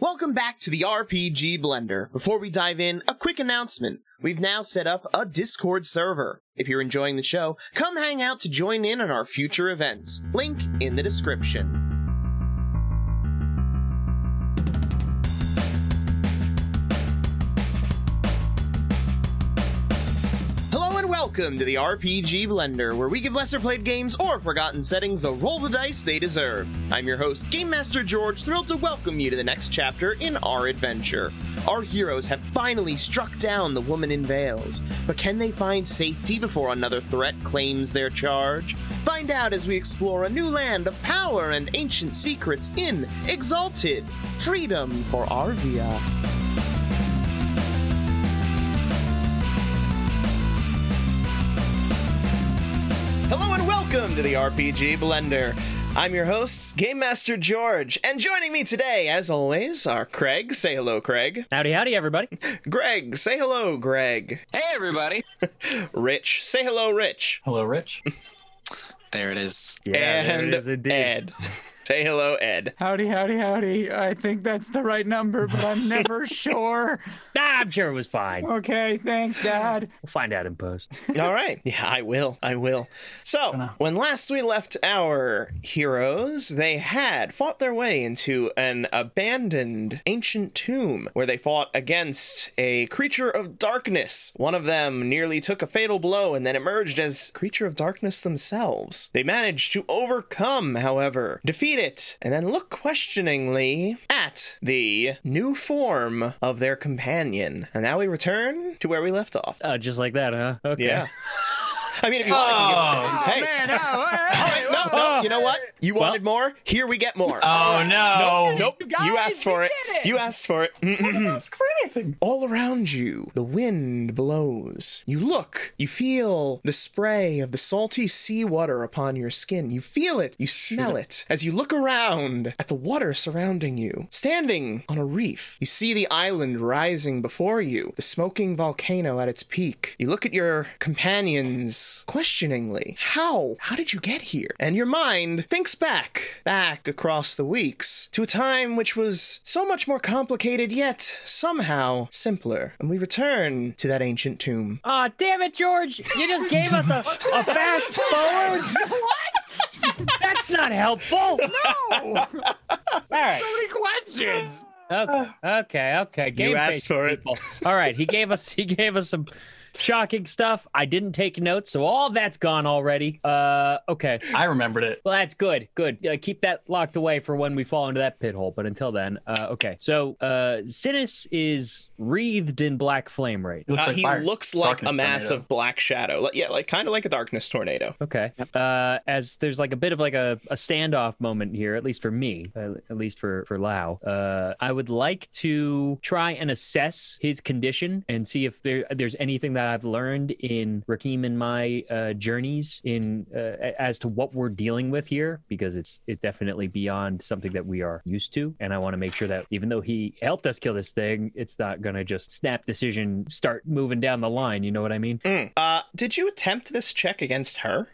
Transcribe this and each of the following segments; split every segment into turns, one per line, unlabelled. Welcome back to the RPG Blender. Before we dive in, a quick announcement. We've now set up a Discord server. If you're enjoying the show, come hang out to join in on our future events. Link in the description. Hello and welcome to the RPG Blender, where we give lesser played games or forgotten settings the roll the dice they deserve. I'm your host, Game Master George, thrilled to welcome you to the next chapter in our adventure. Our heroes have finally struck down the woman in veils, but can they find safety before another threat claims their charge? Find out as we explore a new land of power and ancient secrets in Exalted Freedom for Arvia. Hello and welcome to the RPG Blender. I'm your host, Game Master George, and joining me today, as always, are Craig. Say hello, Craig.
Howdy, howdy, everybody.
Greg, say hello, Greg.
Hey, everybody.
Rich, say hello, Rich.
Hello, Rich.
There it is.
and Ed, say hello, Ed.
Howdy, howdy, howdy. I think that's the right number, but I'm never sure.
Nah, I'm sure it was fine. We'll
Okay, thanks, Dad.
find out in post.
All right. Yeah, I will. I will. So, when last we left our heroes, they had fought their way into an abandoned ancient tomb where they fought against a creature of darkness. One of them nearly took a fatal blow and then emerged as creature of darkness themselves. They managed to overcome, however, defeat it, and then look questioningly at the new form of their companion. And now we return to where we left off.
Oh, just like that, huh? Okay.
Yeah. I mean, if you want, to, hey,
Man, oh, hey.
All right, no, no, you know what? You wanted more. Here we get more.
Oh, no.
nope, you, asked for it. You asked for it. Mm-mm-mm.
Ask for anything.
All around you, the wind blows. You look. You feel the spray of the salty seawater upon your skin. You feel it. You smell it as you look around at the water surrounding you. Standing on a reef, you see the island rising before you, the smoking volcano at its peak. You look at your companions questioningly. How? How did you get here? And your mind thinks back, back across the weeks to a time which was so much more complicated yet somehow simpler. And we return to that ancient tomb.
Aw, damn it, George. You just gave us a, a fast forward. what? That's not helpful. No. All right.
Any questions?
Okay. Okay. Okay. Game
asked
face,
for it.
people. All right. He gave us. He gave us some shocking stuff. I didn't take notes, so all that's gone already. Uh. Okay.
I remembered it.
Well, that's good. Good. Uh, keep that locked away for when we fall into that pit hole. But until then, uh, okay. So, uh, Sinus is wreathed in black flame right now.
Looks
Uh,
like
he
fire.
looks like
Darkness
a mass
tornado.
of black shadow. Like- Yeah, like kind of like a darkness tornado.
Okay. Uh, as there's like a bit of like a, a standoff moment here, at least for me, uh, at least for for Lau. Uh, I would like to try and assess his condition and see if there there's anything that I've learned in Rakim and my uh, journeys in uh, a- as to what we're dealing with here, because it's it's definitely beyond something that we are used to, and I want to make sure that even though he helped us kill this thing, it's not gonna just snap decision start moving down the line. You know what I mean?
Mm. Uh, did you attempt this check against her?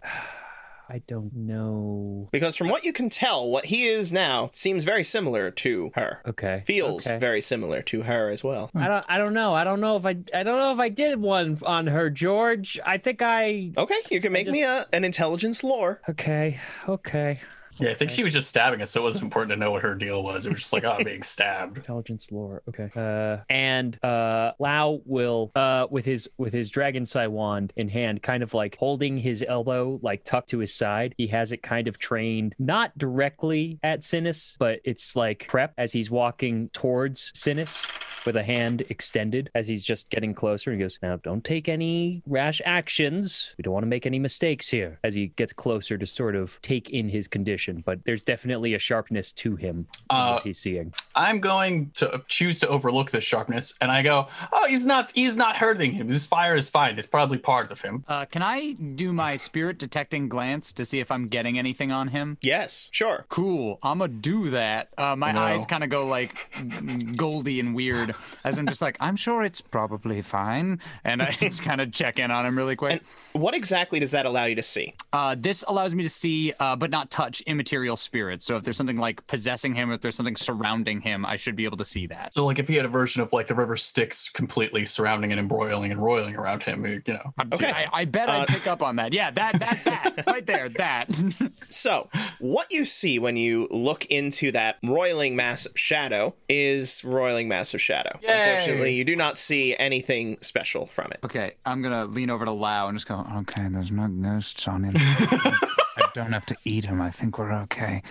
I don't know.
Because from what you can tell, what he is now seems very similar to her.
Okay.
Feels
Okay.
very similar to her as well.
I don't. I don't know. I don't know if I. I don't know if I did one on her, George. I think I.
Okay, you can make me a, an intelligence lore.
Okay. Okay.
Yeah, I think she was just stabbing us, so it wasn't important to know what her deal was. It was just like, oh, I'm being stabbed.
Intelligence lore. Okay. Uh, and uh, Lao will, uh, with his with his dragon sai wand in hand, kind of like holding his elbow like tucked to his side. He has it kind of trained, not directly at Sinus, but it's like prep as he's walking towards Sinus. With a hand extended as he's just getting closer, and he goes, "Now, don't take any rash actions. We don't want to make any mistakes here." As he gets closer to sort of take in his condition, but there's definitely a sharpness to him. is
Uh,
what he's seeing.
I'm going to choose to overlook this sharpness, and I go, oh, he's not, he's not hurting him. This fire is fine. It's probably part of him.
Uh, can I do my spirit detecting glance to see if I'm getting anything on him?
Yes, sure.
Cool. I'm gonna do that. Uh, my
No.
eyes kind of go like goldy and weird as I'm just like, I'm sure it's probably fine, and I just kind of check in on him really quick.
What exactly does that allow you to see?
Uh, this allows me to see, uh, but not touch immaterial spirits. So if there's something like possessing him, if there's something surrounding him, I should be able to see that.
So like if he had a version of like the river Styx completely surrounding and embroiling and roiling around him, you know.
I'm
Okay.
I, I bet I pick up on that. Yeah, that, that, that, right there, that.
So, what you see when you look into that roiling mass of shadow is roiling mass of shadow.
Yay.
Unfortunately, you do not see anything special from it.
okay, I'm gonna lean over to Lau and just go, okay, there's no ghosts on him. I don't have to eat him. I think we're okay.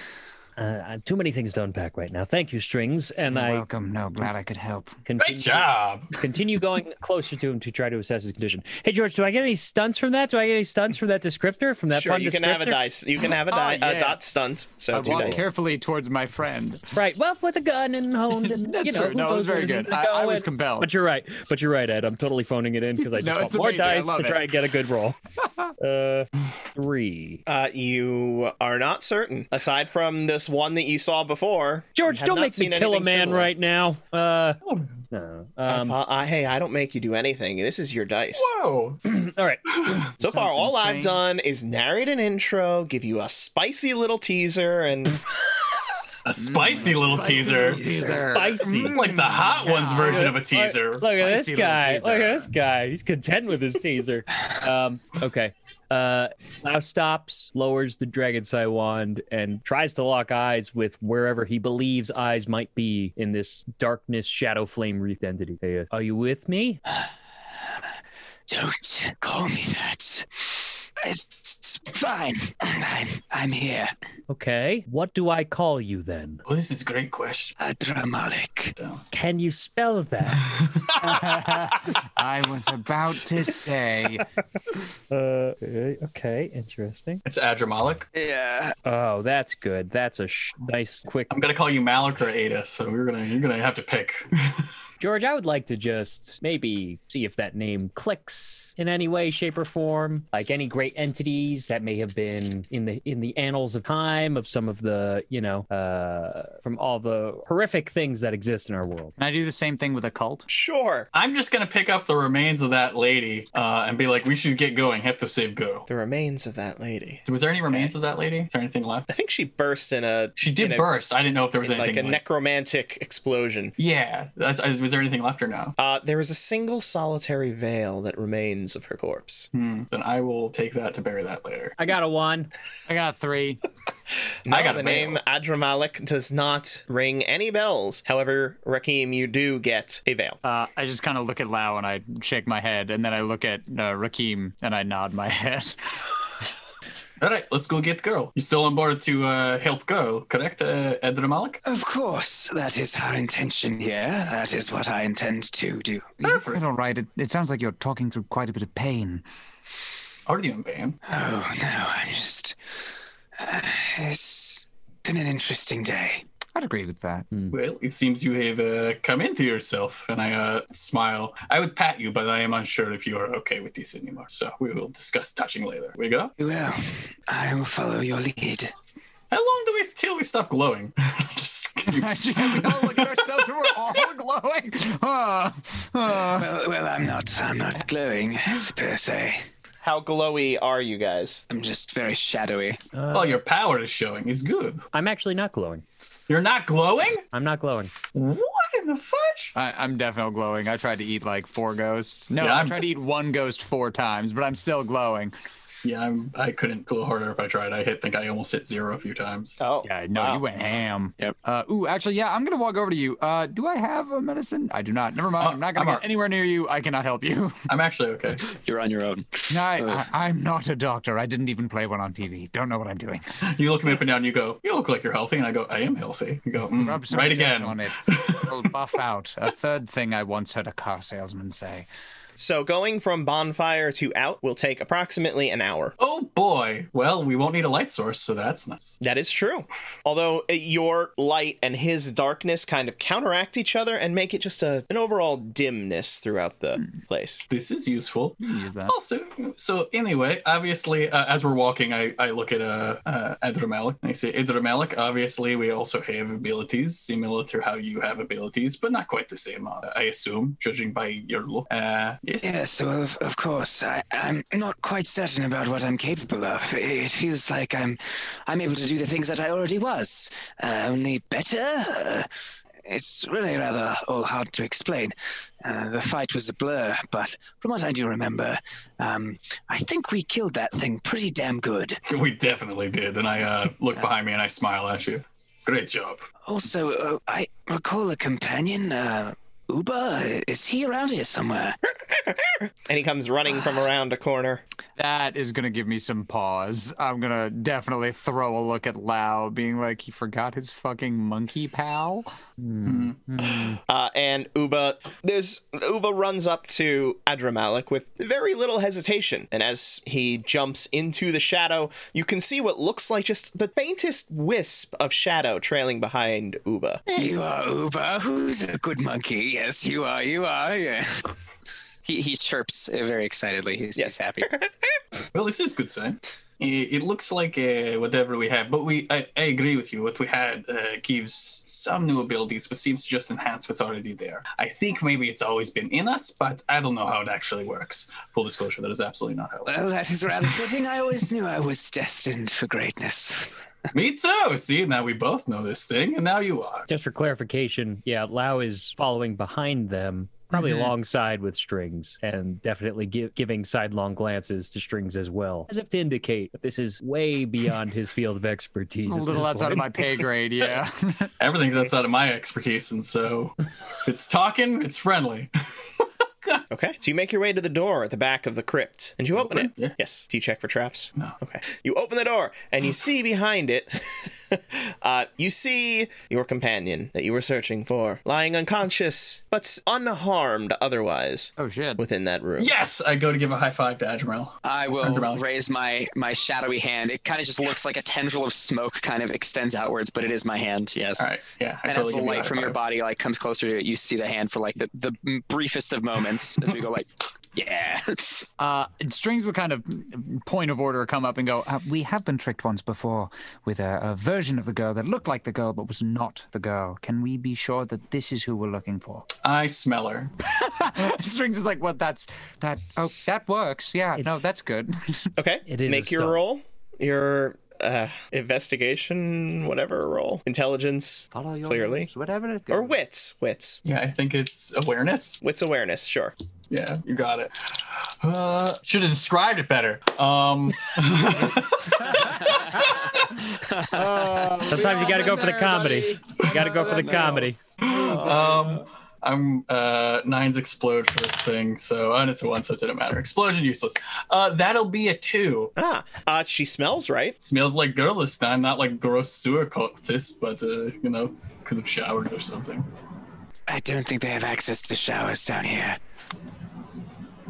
Uh, too many things to unpack right now. Thank you, strings, and I
Welcome. No, glad I could help.
Great
continue,
job.
continue going closer to him to try to assess his condition. Hey, George, do I get any stunts from that? Do I get any stunts from that descriptor? From that
Sure,
fun
you can
descriptor?
have a dice. You can
Oh,
have a die,
yeah.
a dot stunt. So
I
two
walk
dice.
carefully towards my friend.
Right. Well, with a gun and honed and
That's
you know.
true. No, it was very good. I, I was compelled.
But you're right. But you're right, Ed. I'm totally phoning it in because I just
No,
want
it's
more
amazing. I
dice
love
to
it.
try and get a good roll. Uh, three.
Uh, you are not certain. Aside from this one that you saw before,
George,
have
don't
not
make me
seen
kill a
anything
man
similar.
right now. Uh, no. Um,
Uh, I- hey, I don't make you do anything. This is your dice.
Whoa.
all right.
So far,
Something
all I've
strange.
done is narrate an intro, give you a spicy little teaser, and
A spicy little teaser.
Spicy. Oh
It's like the hot ones version of a teaser.
Look at this
Spicy little
guy.
teaser.
Look at this guy. He's content with his teaser. Um, okay. Uh, now stops, lowers the dragon sai wand, and tries to lock eyes with wherever he believes eyes might be in this darkness, shadow flame wreathed entity. Hey, uh, Are you with me?
Don't call me that. It's it's fine. I'm, I'm here.
Okay. What do I call you then?
Well, this is a great question.
Adramalik.
Can you spell that?
I was about to say.
uh, okay. Interesting.
It's Adramalik.
Yeah.
Oh, that's good. That's a sh- nice, quick
I'm gonna call you Malik or Ada, so we're gonna you're gonna have to pick.
George, I would like to just maybe see if that name clicks in any way, shape, or form. Like any great entities that may have been in the in the annals of time of some of the, you know, uh, from all the horrific things that exist in our world.
Can I do the same thing with a cult?
sure,
I'm just gonna pick up the remains of that lady uh, and be like, we should get going. Have to save Go.
the remains of that lady.
Was there any remains of that lady? Is there anything left?
I think she burst in a
She did
in a-
burst. I didn't know if there was
in
anything.
like a
left.
necromantic explosion.
Yeah. That's- I- was there anything left or no?
Uh, there is a single solitary veil that remains of her corpse.
Hmm. Then I will take that to bury that later.
I got a one.
I got three.
Now,
got
the
a veil.
name Adramalik does not ring any bells. However, Rakim, you do get a veil.
Uh, I just kind of look at Lau and I shake my head, and then I look at uh, Rakim and I nod my head.
All right, let's go get girl. You still on board to uh, help girl, correct, uh, Edramalik?
Of course, that is our intention here. That is what I intend to do.
Perfect.
all right. It, it sounds like you're talking through quite a bit of pain.
Are you in pain?
Oh, no, I'm just. Uh, it's been an interesting day.
I'd agree with that.
Well, it seems you have uh, come into yourself, and I uh, smile. I would pat you, but I am unsure if you are okay with this anymore. So we will discuss touching later. We go.
Well, I will follow your lead.
How long do we till we stop glowing? Just keep-
we all look at ourselves and we're all glowing. Uh, uh.
Well, well, I'm not. I'm not glowing per se.
How glowy are you guys?
I'm just very shadowy.
oh, your power is showing. It's good.
Uh, I'm actually not glowing.
You're not glowing.
I'm not glowing.
What in the fudge?
I, I'm definitely glowing. I tried to eat like four ghosts. No,
Yeah,
I
I'm-
tried to eat one ghost four times, but I'm still glowing.
Yeah, I'm. I couldn't glow harder if I tried. I hit. Think I almost hit zero a few times.
Oh,
Yeah, no,
wow.
you went ham.
Yep.
Uh, ooh, actually, yeah, I'm gonna walk over to you. Uh, do I have a medicine? I do not. Never mind.
Uh,
I'm not gonna
I'm
get
all-
anywhere near you. I cannot help you.
I'm actually okay.
You're on your own.
No,
Uh.
I, I, I'm not a doctor. I didn't even play one on TV. Don't know what I'm doing.
You look me up and down. You go. You look like you're healthy, and I go. I am healthy. You go.
Hmm.
"Mm,
Rub some
right
dirt
again.
on it. It'll buff out. A third thing I once heard a car salesman say.
So going from bonfire to out will take approximately an hour.
Oh boy. Well, we won't need a light source, so that's nice.
That is true. Although uh, your light and his darkness kind of counteract each other and make it just a, an overall dimness throughout the place.
This is useful.
Use that.
Oh.
Also, so anyway, obviously, uh, as we're walking, I, I look at uh, uh, Adramalik. and I say, Adramalik, obviously, we also have abilities similar to how you have abilities, but not quite the same, uh, I assume, judging by your look. Uh, Yes.
Yes, well, of, of course. I, I'm not quite certain about what I'm capable of. It feels like I'm, I'm able to do the things that I already was, uh, only better. Uh, it's really rather all hard to explain. Uh, the fight was a blur, but from what I do remember, um, I think we killed that thing pretty damn good.
We definitely did. And I uh, look behind me and I smile at you. Great job.
Also, uh, I recall a companion, uh, Uba. Is he around here somewhere?
And he comes running from around a corner.
That is gonna give me some pause. I'm gonna definitely throw a look at Lao, being like, he forgot his fucking monkey pal.
Uh, and Uba, there's Uba runs up to Adramalik with very little hesitation, and as he jumps into the shadow, you can see what looks like just the faintest wisp of shadow trailing behind Uba.
There you are, Uba. Who's a good monkey? Yes, you are. You are. Yeah. He, he chirps uh, very excitedly. He's,
Yes.
he's happy.
Well, this is good sign. I- It looks like uh, whatever we have, but we I, I agree with you. What we had uh, gives some new abilities, but seems to just enhance what's already there. I think maybe it's always been in us, but I don't know how it actually works. Full disclosure, that is absolutely not how. It
Well, that is rather fitting. I always knew I was destined for greatness.
works. Me too. See, now we both know this thing, and now you are.
Just for clarification, yeah, Lao is following behind them, probably
Mm-hmm.
alongside with Strings, and definitely gi- giving sidelong glances to Strings as well, as if to indicate that this is way beyond his field of expertise.
A
at
little
this
outside
point.
of my pay grade, yeah.
Everything's outside of my expertise, and so it's talking, it's friendly.
Okay, so you make your way to the door at the back of the crypt, and you open it.
Yeah.
Yes. Do you check for traps?
No.
Okay. You open the door, and you see behind it. Uh, you see your companion that you were searching for, lying unconscious but unharmed otherwise
oh shit.
within that room.
Yes, I go to give a high five to Admiral.
I will
Andromeda.
raise my my shadowy hand. It kind of just looks
Yes.
like a tendril of smoke, kind of extends outwards, but it is my hand. Yes.
All right, yeah. I
And
totally
as the
give you a
light
high
from your
five.
body like comes closer to it, you see the hand for like the, the briefest of moments as we go like, yeah.
Uh, strings would kind of point of order come up and go. Uh, we have been tricked once before with a, a version of the girl that looked like the girl but was not the girl. Can we be sure that this is who we're looking for?
I smell her.
strings is like, well, that's that. Oh, that works. Yeah, no, that's good.
Okay.
It is a
Make your
stone.
roll. Your uh, investigation, whatever roll, intelligence,
Follow your
Clearly.
nose, whatever. It
or
goes.
wits, wits,
Yeah, I think it's awareness.
wits awareness. Sure.
Yeah, you got it. Uh, Should have described it better. Um,
Sometimes you got to go for the comedy. You got to go for the comedy.
um, I'm uh, nines explode for this thing, so and it's a one, so it didn't matter. Explosion useless. Uh, that'll be a two.
Ah, uh, she smells right.
Smells like girl this time, not like gross sewer cultist, but uh, you know, could have showered or something.
I don't think they have access to showers down here.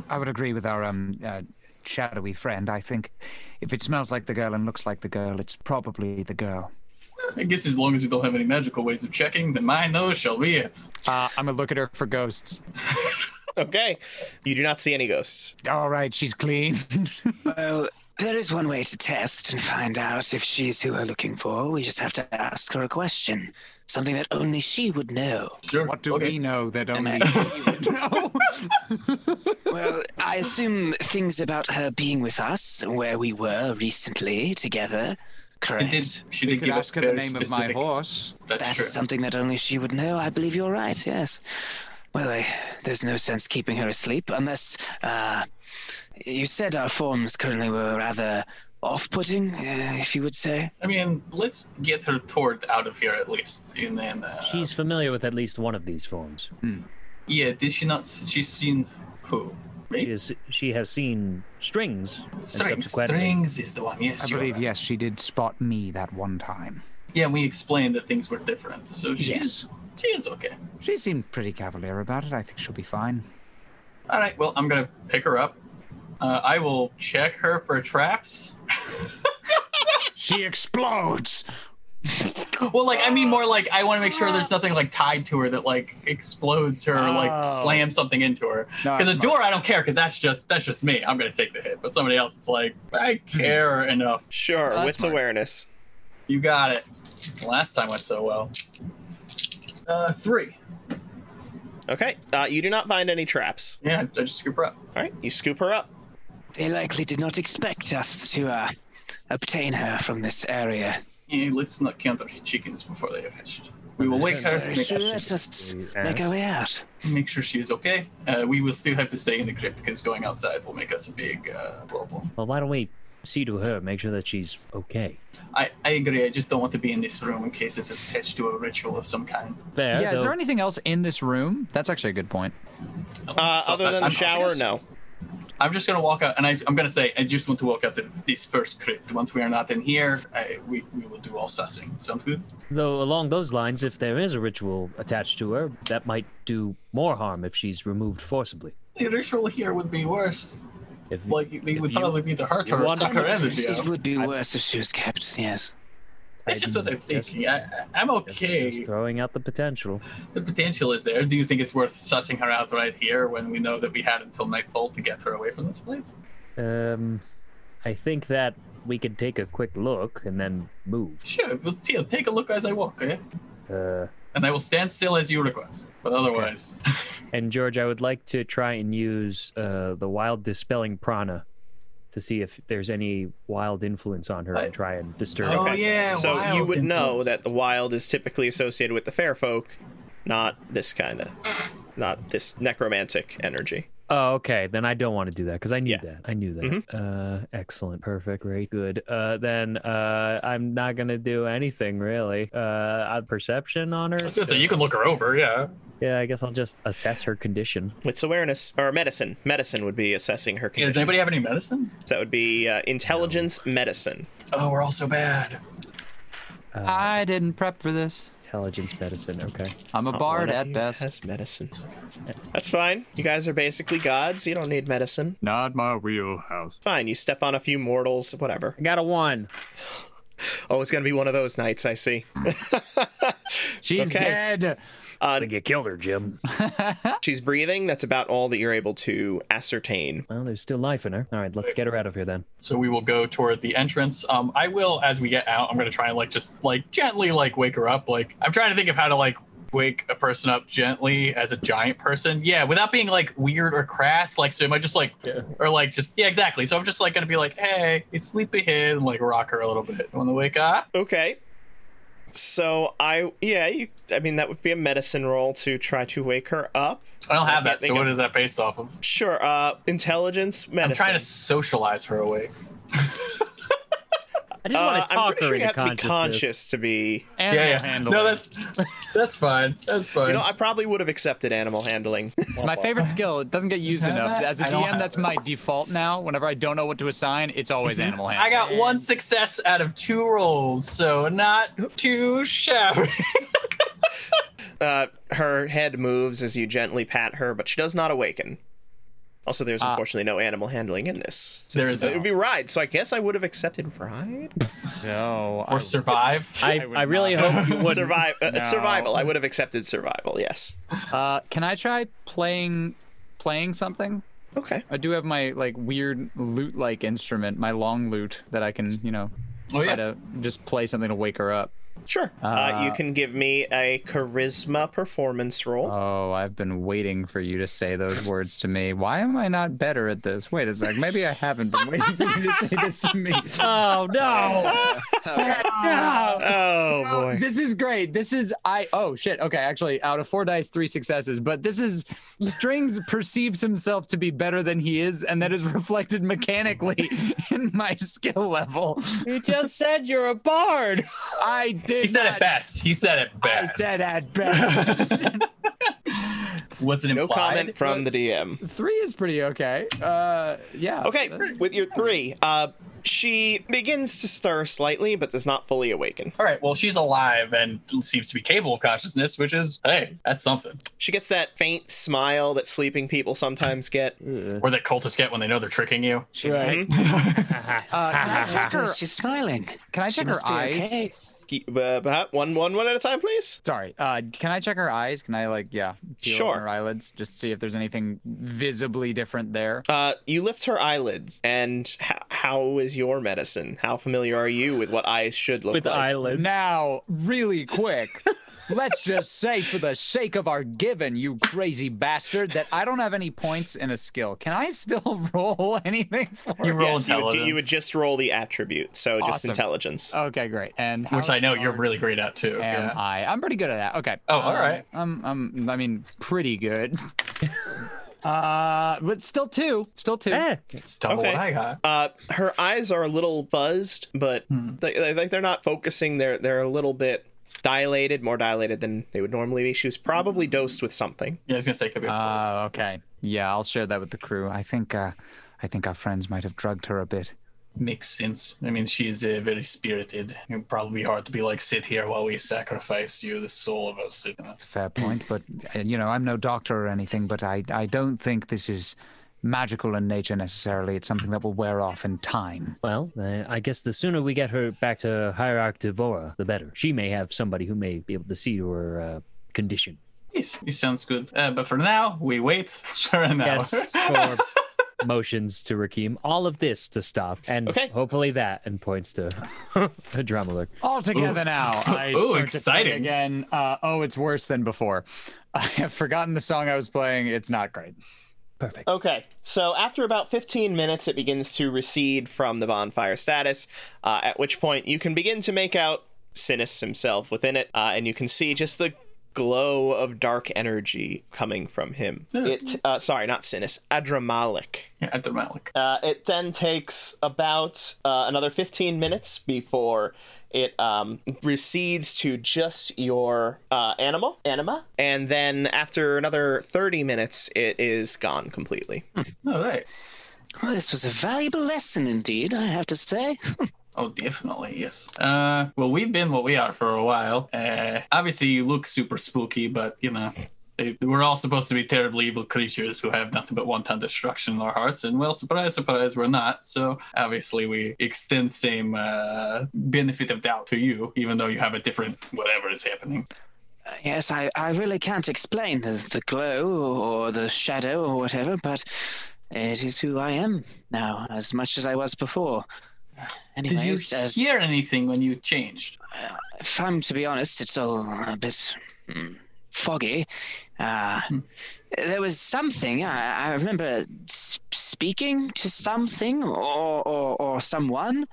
I would agree with our um uh, shadowy friend. I think if it smells like the girl and looks like the girl, it's probably the girl.
I guess as long as we don't have any magical ways of checking, then my nose shall be it.
Uh, I'm gonna look at her for ghosts.
Okay. You do not see any ghosts.
All right, she's clean.
Well, there is one way to test and find out if she's who we're looking for. We just have to ask her a question, something that only she would know.
Sure.
What do
okay.
we know that
And
only
then-
you would know?
Well, I assume things about her being with us, where we were recently together.
She
Correct.
did. She did give us very specific.
horse.
That's
That
true.
is something that only she would know. I believe you're right, yes. Well, I, there's no sense keeping her asleep unless. Uh, you said our forms currently were rather off putting, uh, if you would say.
I mean, let's get her toward out of here at least, and then uh,
She's familiar with at least one of these forms.
Yeah, did she not? s- She's seen who?
She,
Me?
is, she has seen Strings. and
Strings.
subsequently-
Strings is the one. Yes,
I
you are
believe
right.
yes, she did spot me that one time.
Yeah, we explained that things were different, so she's she is okay.
She seemed pretty cavalier about it. I think she'll be fine.
All right. Well, I'm gonna pick her up. Uh, I will check her for traps.
She explodes.
Well, like I mean, more like I want to make sure there's nothing like tied to her that like explodes her, or,
Oh.
like slams something into her.
No,
Because a
that's
door, I don't care, because that's just that's just me. I'm gonna take the hit. But somebody else, it's like I care enough.
Sure.
Oh, that's
wits
smart.
awareness.
You got it. Last time went so well. Uh, three.
Okay. Uh, you do not find any traps.
Yeah, I just scoop her up.
All right. You scoop her up.
They likely did not expect us to uh, obtain her from this area.
Yeah, let's not count our chickens before they are hatched. We will wake her,
They
make,
should let us make our way out.
make sure she is okay. Uh, we will still have to stay in the crypt because going outside will make us a big uh, problem.
Well, why don't we see to her, make sure that she's okay.
I, I agree. I just don't want to be in this room in case it's attached to a ritual of some kind.
Fair,
Yeah, is
though.
there anything else in this room? That's actually a good point.
Uh,
Uh, other than the shower, no.
I'm just gonna walk out, and I, I'm gonna say I just want to walk out the, this first crypt. Once we are not in here, I, we we will do all sussing. Sounds good.
Though along those lines, if there is a ritual attached to her, that might do more harm if she's removed forcibly.
The ritual here would be worse.
If
Like they
If
would
you-
probably be to hurt her, or
want
suck
to-
her energy out.
It would be worse if she was kept, yes.
That's just what I'm thinking. I, I- I'm
just
okay.
throwing out the potential.
The potential is there. Do you think it's worth sussing her out right here when we know that we had until nightfall to get her away from this place?
Um, I think that we could take a quick look and then move.
Sure. Well, Teal, take a look as I walk, okay?
Uh,
And I will stand still as you request. But otherwise,
and George, I would like to try and use uh, the wild dispelling prana to see if there's any wild influence on her
Right.
and try and disturb.
Oh,
her.
yeah,
So you
wild
would know
influence.
that the wild is typically associated with the fair folk, not this kind of, not this necromantic energy.
Oh, okay. Then I don't want to do that because I knew
Yeah.
that. I knew that. Uh, excellent. Perfect. Great. Good. Uh, then uh, I'm not gonna do anything really. Uh, uh, perception on her.
I was gonna say you can look her over, yeah.
Yeah, I guess I'll just assess her condition.
It's awareness or medicine. Medicine would be assessing her
Yeah, does
condition.
anybody have any medicine?
So that would be uh, intelligence medicine.
Oh, we're all so bad.
Uh,
I didn't prep for this.
Intelligence, medicine. Okay.
I'm a
Not one
bard
of
at
you
best.
Has medicine. That's fine. You guys are basically gods. You don't need medicine.
Not my wheelhouse.
Fine. You step on a few mortals. Whatever.
I got a one.
Oh, it's gonna be one of those nights. I see.
She's
Okay.
dead.
I think you killed her, Jim.
She's breathing. That's about all that you're able to ascertain.
Well, there's still life in her. All right, let's get her out of here then.
So we will go toward the entrance. Um, I will, as we get out, I'm gonna try and like just like gently like wake her up. Like I'm trying to think of how to like wake a person up gently as a giant person. Yeah, without being like weird or crass. Like so, am I just like or like just yeah, exactly. So I'm just like gonna be like, hey, you sleepy head, and like rock her a little bit. Want to wake up?
Okay. So I yeah you I mean that would be a medicine roll to try to wake her up.
I don't have
I can't
that. So
think
what
of-
is that based off of?
Sure. Uh, intelligence
I'm
medicine.
trying to socialize her awake.
I just
Uh,
want to
I'm
talk
pretty
her
sure you
into
have to be
consciousness.
conscious to be.
And
Yeah, yeah.
handle
No,
it.
that's that's fine. That's fine.
You know, I probably would have accepted animal handling.
It's my favorite skill. It doesn't get used
Have
enough.
that?
As a
I don't
DM,
have
that's
it.
my default now. Whenever I don't know what to assign, it's always animal handling.
Mm-hmm. I got one success out of two rolls, so not too shabby.
Uh, her head moves as you gently pat her, but she does not awaken. Also, there's unfortunately no animal handling in this. So
There is
it would
no.
be ride, so I guess I would have accepted ride.
No.
Or survive.
I, I,
would
really
not.
hope you wouldn't.
Survive, uh,
No.
survival. I would have accepted survival. Yes.
Uh, can I try playing playing something?
Okay.
I do have my like weird lute-like instrument, my long lute that I can, you know,
Oh,
try
yeah.
to just play something to wake her up.
Sure. Uh, you can give me a charisma performance roll.
Oh, I've been waiting for you to say those words to me. Why am I not better at this? Wait a sec. Maybe I haven't been waiting for you to say this to me.
Oh no! no!
oh boy.
This is great. This is I oh shit. Okay, actually out of four dice, three successes, but this is Strings perceives himself to be better than he is, and that is reflected mechanically in my skill level.
You just said you're a bard.
I did
He said
not,
it best. He said it
I
best.
said at best.
Was it
No
implied?
comment from the DM.
three is pretty okay. Uh yeah.
Okay, with your three, uh, she begins to stir slightly, but does not fully awaken.
All right. Well, she's alive and seems to be capable of consciousness, which is hey, that's something.
She gets that faint smile that sleeping people sometimes get.
Or that cultists get when they know they're tricking you.
Right.
Uh, can I check her
She's smiling.
can I
She
check her
must be
eyes?
okay.
Uh, but one, one, one at a time, please.
Sorry. Uh, can I check her eyes? Can I like, yeah, peel open
Sure.
her eyelids, just see if there's anything visibly different there?
Uh, you lift her eyelids, and h- how is your medicine? How familiar are you with what eyes should look
With
like?
eyelids.
Now, really quick, Let's just say, for the sake of our given, you crazy bastard, that I don't have any points in a skill. Can I still roll anything for
You
it?
roll
Yes, you would, do-
intelligence,
you would just roll the attribute, so just
Awesome.
intelligence.
Okay, great. And
which
how
I know you're
smart
really great at too.
Am
Yeah.
I? I'm pretty good at that. Okay.
Oh, all right.
I'm. I'm. I mean, pretty good. uh, but still two. Still two.
Eh,
It's double
Okay.
what I got.
Uh, her eyes are a little buzzed, but they, they, like they're not focusing. They're they're a little bit dilated, more dilated than they would normally be. She was probably dosed with something.
Yeah, I was gonna say could be. a plus.
Uh, okay. Yeah, I'll share that with the crew. I think. Uh, I think our friends might have drugged her a bit.
Makes sense. I mean, she's uh, very spirited. It'd probably be hard to be like, sit here while we sacrifice you, the soul of us.
Fair point, but uh, you know, I'm no doctor or anything, but I, I don't think this is magical in nature necessarily. It's something that will wear off in time.
well, uh, I guess the sooner we get her back to Hierarch Devora, the better. She may have somebody who may be able to see her uh, condition.
Yes, it sounds good. Uh, but for now, we wait for an hour.
Yes, for motions to Rakim. All of this to stop, and
Okay.
hopefully that, and points to to Dromuluk.
All together now. I
Ooh,
start to play
exciting.
again. Uh, oh, it's worse than before. I have forgotten the song I was playing. It's not great.
Perfect.
Okay, so after about 15 minutes, it begins to recede from the bonfire status, uh, at which point you can begin to make out Sinus himself within it, uh, and you can see just the glow of dark energy coming from him. It, uh, sorry, not Sinus, Adramalik.
yeah, at the Malik.
Uh, it then takes about uh, another 15 minutes before it um, recedes to just your uh, animal, anima, and then after another 30 minutes, it is gone completely.
All right.
Well, this was a valuable lesson indeed, I have to say.
Oh, definitely, yes. Uh, well, we've been what we are for a while. Uh, obviously, you look super spooky, but you know, eh, we're all supposed to be terribly evil creatures who have nothing but wanton destruction in our hearts. And well, surprise, surprise, we're not. So obviously, we extend same uh, benefit of doubt to you, even though you have a different whatever is happening.
Uh, yes, I, I really can't explain the, the glow or the shadow or whatever, but it is who I am now, as much as I was before.
Did you
Anyways, as,
hear anything when you changed?
if I'm to be honest, it's all a bit mm, foggy. Uh, There was something I, I remember s- speaking to something or or, or someone.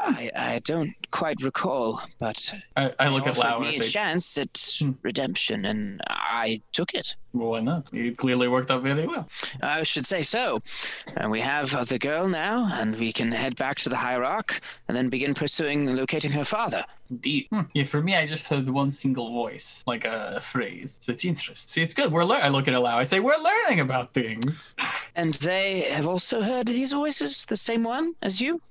I, I don't quite recall, but
I, I look
they
at
offered
Lau and I
me a
say,
chance at redemption, and I took it.
"Well, why not? It clearly worked out very well."
I should say so. And we have uh, the girl now, and we can head back to the Hierarch and then begin pursuing locating her father.
Indeed. Hmm. Yeah, for me, I just heard one single voice, like a phrase. So it's interesting. See, it's good. We're learning. I look at Allow. I say, we're learning about things.
And they have also heard these voices, the same one as you?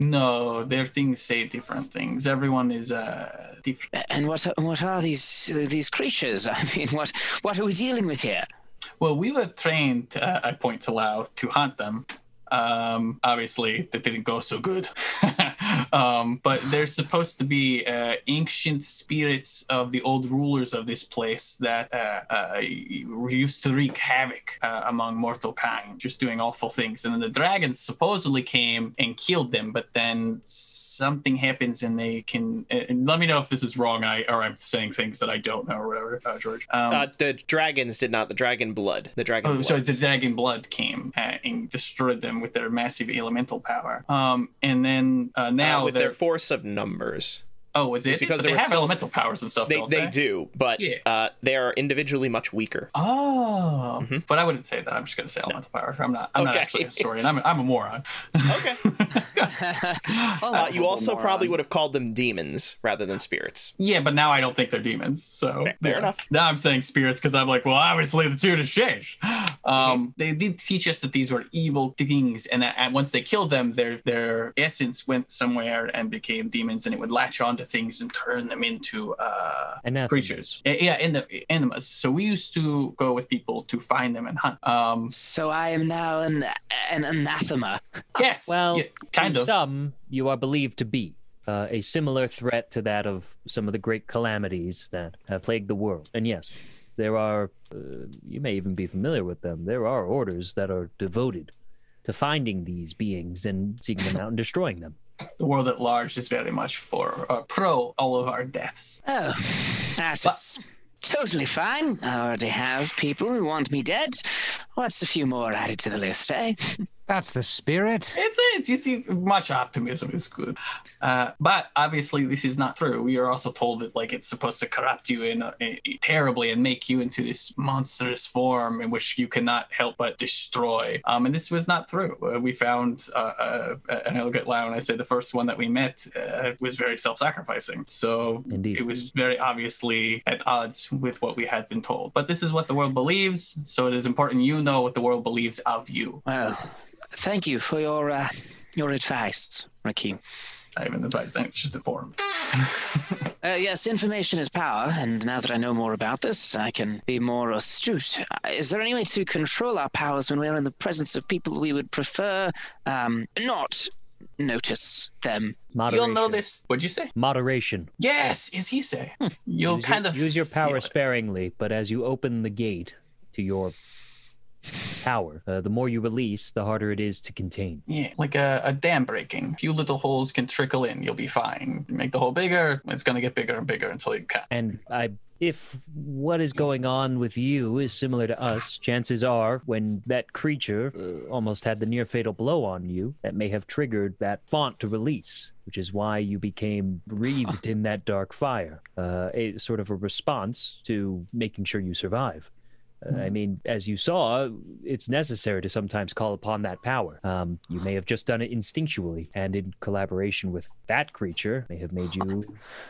No, their things say different things. Everyone is uh, different.
And what are- what are these uh, these creatures? I mean, what what are we dealing with here?
Well, we were trained, uh, I point to Lao, to hunt them. Um, obviously, that didn't go so good. um, but they're supposed to be uh, ancient spirits of the old rulers of this place that uh, uh, used to wreak havoc uh, among mortal kind, just doing awful things. And then the dragons supposedly came and killed them, but then something happens and they can. uh, And let me know if this is wrong I, or I'm saying things that I don't know or whatever, uh, George. Um,
Uh, the dragons did not. The dragon blood. The dragon.
Oh,
bloods. uh,
so the dragon blood came uh, and destroyed them with their massive elemental power. Um, and then uh,
Uh,
now
with
they're
their force of numbers,
oh, is it
because
But
there
they
were
have
so-
elemental powers and stuff?
they
don't
they do, but
Yeah.
uh, they are individually much weaker.
Oh, but I wouldn't say that. I'm just gonna say elemental power. I'm not. I'm not
Mm-hmm. Okay.
actually a historian. I'm. I'm a moron.
Okay. uh, you also probably would have called them demons rather than spirits.
Yeah, but now I don't think they're demons. So
Fair- fair
yeah.
enough.
Now I'm saying spirits because I'm like, well, obviously the tune has changed. Um, They did teach us that these were evil things, and that, and once they killed them, their their essence went somewhere and became demons, and it would latch onto things and turn them into uh,
And now
creatures. Yeah, Yeah, in the animas. So we used to go with people to find them and hunt. Um,
So I am now an an anathema.
yes.
Well,
yeah, kind
to
of.
Some you are believed to be uh, a similar threat to that of some of the great calamities that have plagued the world. And yes, there are, uh, you may even be familiar with them, there are orders that are devoted to finding these beings and seeking them out and destroying them.
the world at large is very much for uh, pro all of our deaths.
Oh, that's totally fine. I already have people who want me dead. What's a few more added to the list, eh?
That's the spirit.
It's, it's, you see, much optimism is good. Uh, but obviously, this is not true. We are also told that, like, it's supposed to corrupt you in, in terribly and make you into this monstrous form in which you cannot help but destroy. Um, and this was not true. Uh, we found, uh, uh, and I look at Lao and I say the first one that we met uh, was very self sacrificing. So
Indeed.
it was very obviously at odds with what we had been told. But this is what the world believes. So it is important you know what the world believes of you.
Well, thank you for your uh, your advice, Rakim.
I haven't advised them, it's just informed.
Uh, yes, information is power, and now that I know more about this, I can be more astute. Uh, Is there any way to control our powers when we're in the presence of people we would prefer um, not notice them?
You'll
Moderation.
know this. What'd you say?
Moderation.
Yes, is he say?
Hmm.
You'll
Use your-
kind of
use your
feel
power
it.
sparingly, but as you open the gate to your power, uh, the more you release, the harder it is to contain.
Yeah, like a, a dam breaking. A few little holes can trickle in. You'll be fine. You make the hole bigger. It's gonna get bigger and bigger until you can't.
And I, if what is going on with you is similar to us, chances are when that creature uh, almost had the near fatal blow on you, that may have triggered that font to release, which is why you became wreathed in that dark fire. Uh, a sort of a response to making sure you survive. Uh, I mean, as you saw, it's necessary to sometimes call upon that power. Um, you may have just done it instinctually, and in collaboration with that creature, may have made you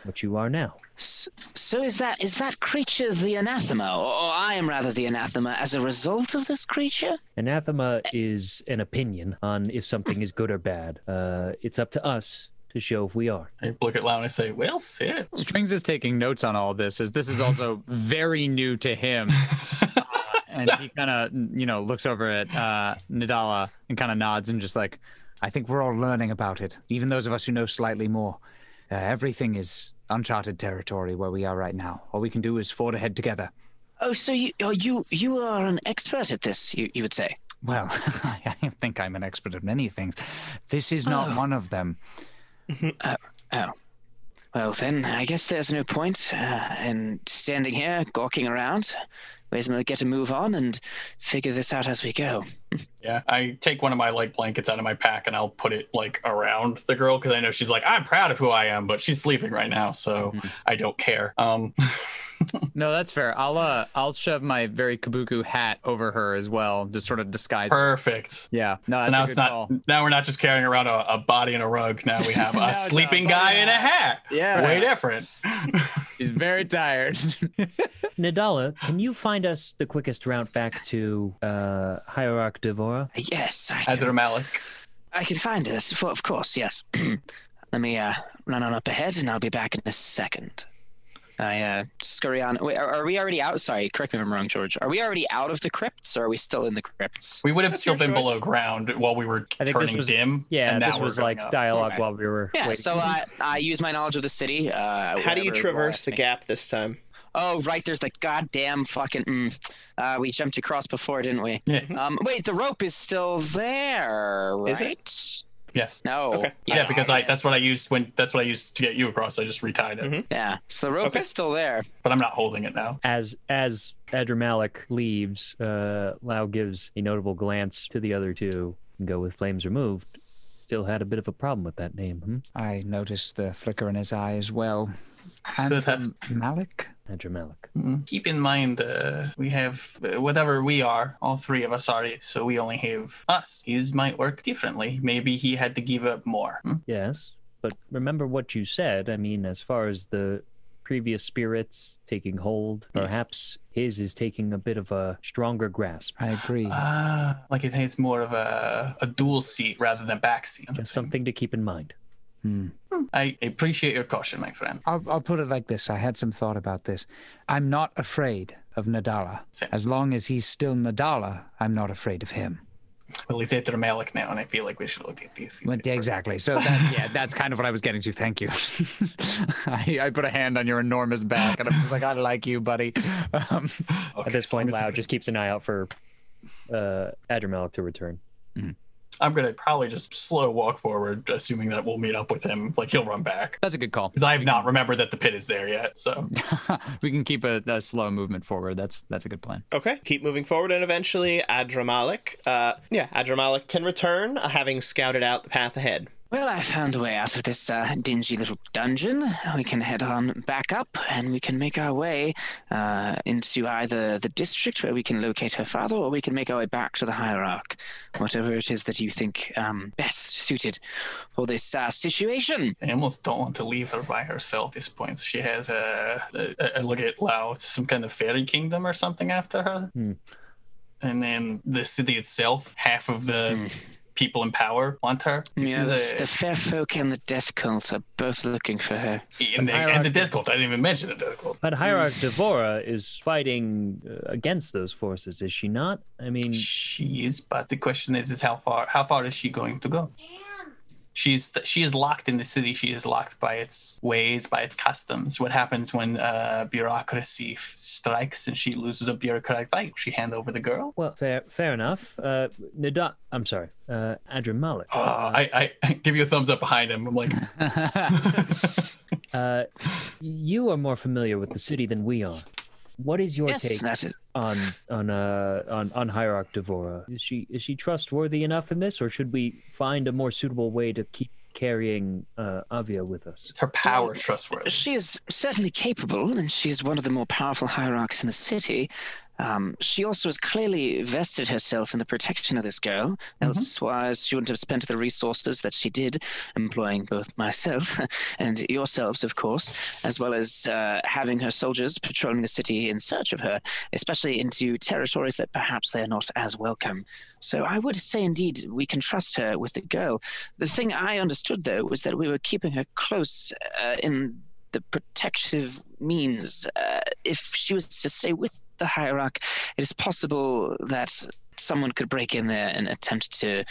what you are now.
S- So is that is that creature the anathema, or, or I am rather the anathema as a result of this creature?
Anathema is an opinion on if something is good or bad. Uh, it's up to us to show if we are.
I look at Lau and I say, "Well said."
Strings is taking notes on all this, as this is also very new to him. Uh, and he kind of, you know, looks over at uh, Nadala and kind of nods and just like, I think we're all learning about it, even those of us who know slightly more. Uh, everything is uncharted territory where we are right now. All we can do is forward ahead together.
Oh, so you oh, you you are an expert at this, you you would say.
Well, I think I'm an expert at many things. This is not
Oh.
one of them.
Well, then I guess there's no point uh, in standing here gawking around. May as well get a move on and figure this out as we go.
Yeah, I take one of my like blankets out of my pack and I'll put it like around the girl because I know she's like, "I'm proud of who I am," but she's sleeping right now, so
Mm-hmm.
I don't care. Um,
No, that's fair. I'll uh, I'll shove my very kabuku hat over her as well, just sort of disguise.
perfect.
Yeah. No, that's
so now
a
it's
good
not.
call.
Now we're not just carrying around a, a body and a rug. Now we have
Now
a
it's a
sleeping
body
guy in
and
a
a
hat.
Yeah.
way different.
He's very tired.
Nadala, can you find us the quickest route back to uh, Hierarch Devora?
Yes, I can,
Adramalik.
I can find this. For, of course, yes. Let me uh, run on up ahead, and I'll be back in a second. I uh, scurry on. Wait, are, are we already out? Sorry, correct me if I'm wrong, George. Are we already out of the crypts, or are we still in the crypts?
We would have still
your
been
choice.
below ground while we were
I think this
turning
was-
dim.
Yeah,
and now
this
we're
was
going
like
up.
dialogue
Okay.
while we were.
Yeah,
waiting.
so uh, I use my knowledge of the city. Uh,
How do you
whatever roll
traverse the
I-
gap this time?
Oh, right. There's the goddamn fucking. Mm, uh, we jumped across before, didn't we?
Yeah.
Um, wait, the rope is still there, right?
Is it?
Yes.
No.
Okay.
Yeah, because I that's what I used when that's what I used to get you across. I just retied
Mm-hmm.
it,
Mhm.
Yeah. So the rope
Okay.
is still there.
but I'm not holding it now.
As as Adramalik leaves, uh, Lao gives a notable glance to the other two and go with flames removed. Still had a bit of a problem with that name, hmm?
I noticed the flicker in his eye as well. And
Could have-
Malik?
Adramalik.
Keep in mind, uh, we have uh, whatever we are. All three of us are, so we only have us. His might work differently. Maybe he had to give up more.
Mm-hmm.
Hmm?
Yes, but remember what you said. I mean, as far as the previous spirits taking hold, perhaps his is taking a bit of a stronger grasp.
I agree.
Ah, like it has more of a, a dual seat rather than back seat.
Just something to keep in mind.
Hmm.
I appreciate your caution, my friend.
I'll, I'll put it like this. I had some thought about this. I'm not afraid of Nadala.
Same.
As long as he's still Nadala, I'm not afraid of him.
Well, he's at the Malik now, and I feel like we should look at this.
Well, Exactly. So that, yeah, that's kind of what I was getting to. Thank you. I, I put a hand on your enormous back, and I'm just like, I like you, buddy. Um,
Okay,
At this
as
point,
long as-
Lao just keeps an eye out for uh, Adramalik to return.
I'm gonna probably just slow walk forward, assuming that we'll meet up with him. Like he'll run back
That's a good call.
because I have not remembered that the pit is there yet. So
we can keep a, a slow movement forward. That's that's a good plan.
Okay, keep moving forward, and eventually Adramalik, uh, yeah, Adramalik can return, uh, having scouted out the path ahead.
Well, I found a way out of this uh, dingy little dungeon. We can head on back up, and we can make our way uh, into either the district where we can locate her father, or we can make our way back to the hierarch. Whatever it is that you think um, best suited for this uh, situation.
I almost don't want to leave her by herself at this point. She has a, a, a look at Lao, some kind of fairy kingdom or something after her.
Hmm.
And then the city itself, half of the people in power want her. This
Yeah,
is
the,
a-
the fair folk and the death cult are both looking for her.
and, the, and the death cult. I didn't even mention the death cult.
But Hierarch Devora is fighting uh, against those forces, is she not? I mean,
She is, but the question is, is how far? How far is she going to go? She's she is locked in the city. She is locked by its ways, by its customs. What happens when uh, bureaucracy f- strikes and she loses a bureaucratic fight? Will she hand over the girl?
well, fair, fair enough. Uh, Nada, I'm sorry, uh, Adramalik.
Uh, I, I give you a thumbs up behind him. I'm like,
Uh, you are more familiar with the city than we are. What is your
Yes,
take
that is.
on on uh on on Hierarch Devora? Is she is she trustworthy enough in this, or should we find a more suitable way to keep carrying uh, Avia with us?
her power is trustworthy.
She is certainly capable, and she is one of the more powerful hierarchs in the city. Um, she also has clearly vested herself in the protection of this girl, elsewise, she wouldn't have spent the resources that she did, employing both myself and yourselves, of course, as well as uh, having her soldiers patrolling the city in search of her, especially into territories that perhaps they are not as welcome. So I would say, indeed, we can trust her with the girl. The thing I understood, though, was that we were keeping her close uh, in the protective means. Uh, if she was to stay with the hierarch, it is possible that someone could break in there and attempt to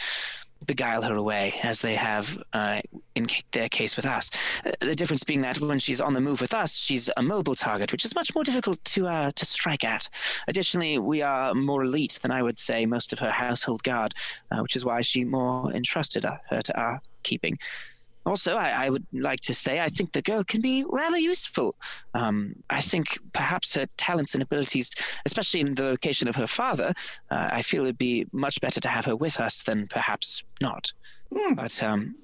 beguile her away, as they have uh, in ca- their case with us. Uh, the difference being that when she's on the move with us, she's a mobile target, which is much more difficult to uh, to strike at. Additionally, we are more elite than I would say most of her household guard, uh, which is why she more entrusted uh, her to our keeping. Also, I, I would like to say I think the girl can be rather useful. Um, I think perhaps her talents and abilities, especially in the location of her father, uh, I feel it'd be much better to have her with us than perhaps not. But um,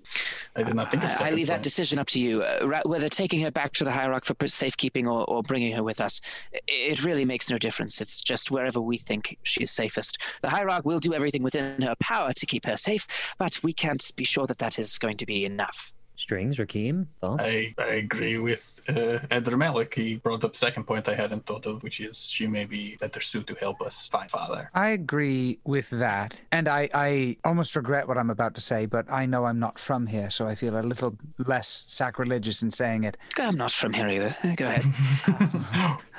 I did not think of
I, I
second
leave that
point.
decision up to you. Uh, ra- whether taking her back to the hierarch for safekeeping or, or bringing her with us, i- it really makes no difference. It's just wherever we think she is safest. The hierarch will do everything within her power to keep her safe, but we can't be sure that that is going to be enough.
Strings, Rakim, thoughts?
I, I agree with uh, Edder Malik. He brought up second point I hadn't thought of, which is she may be better suited to help us find father.
I agree with that. And I, I almost regret what I'm about to say, but I know I'm not from here, so I feel a little less sacrilegious in saying it.
I'm not from here either. Uh, Go ahead.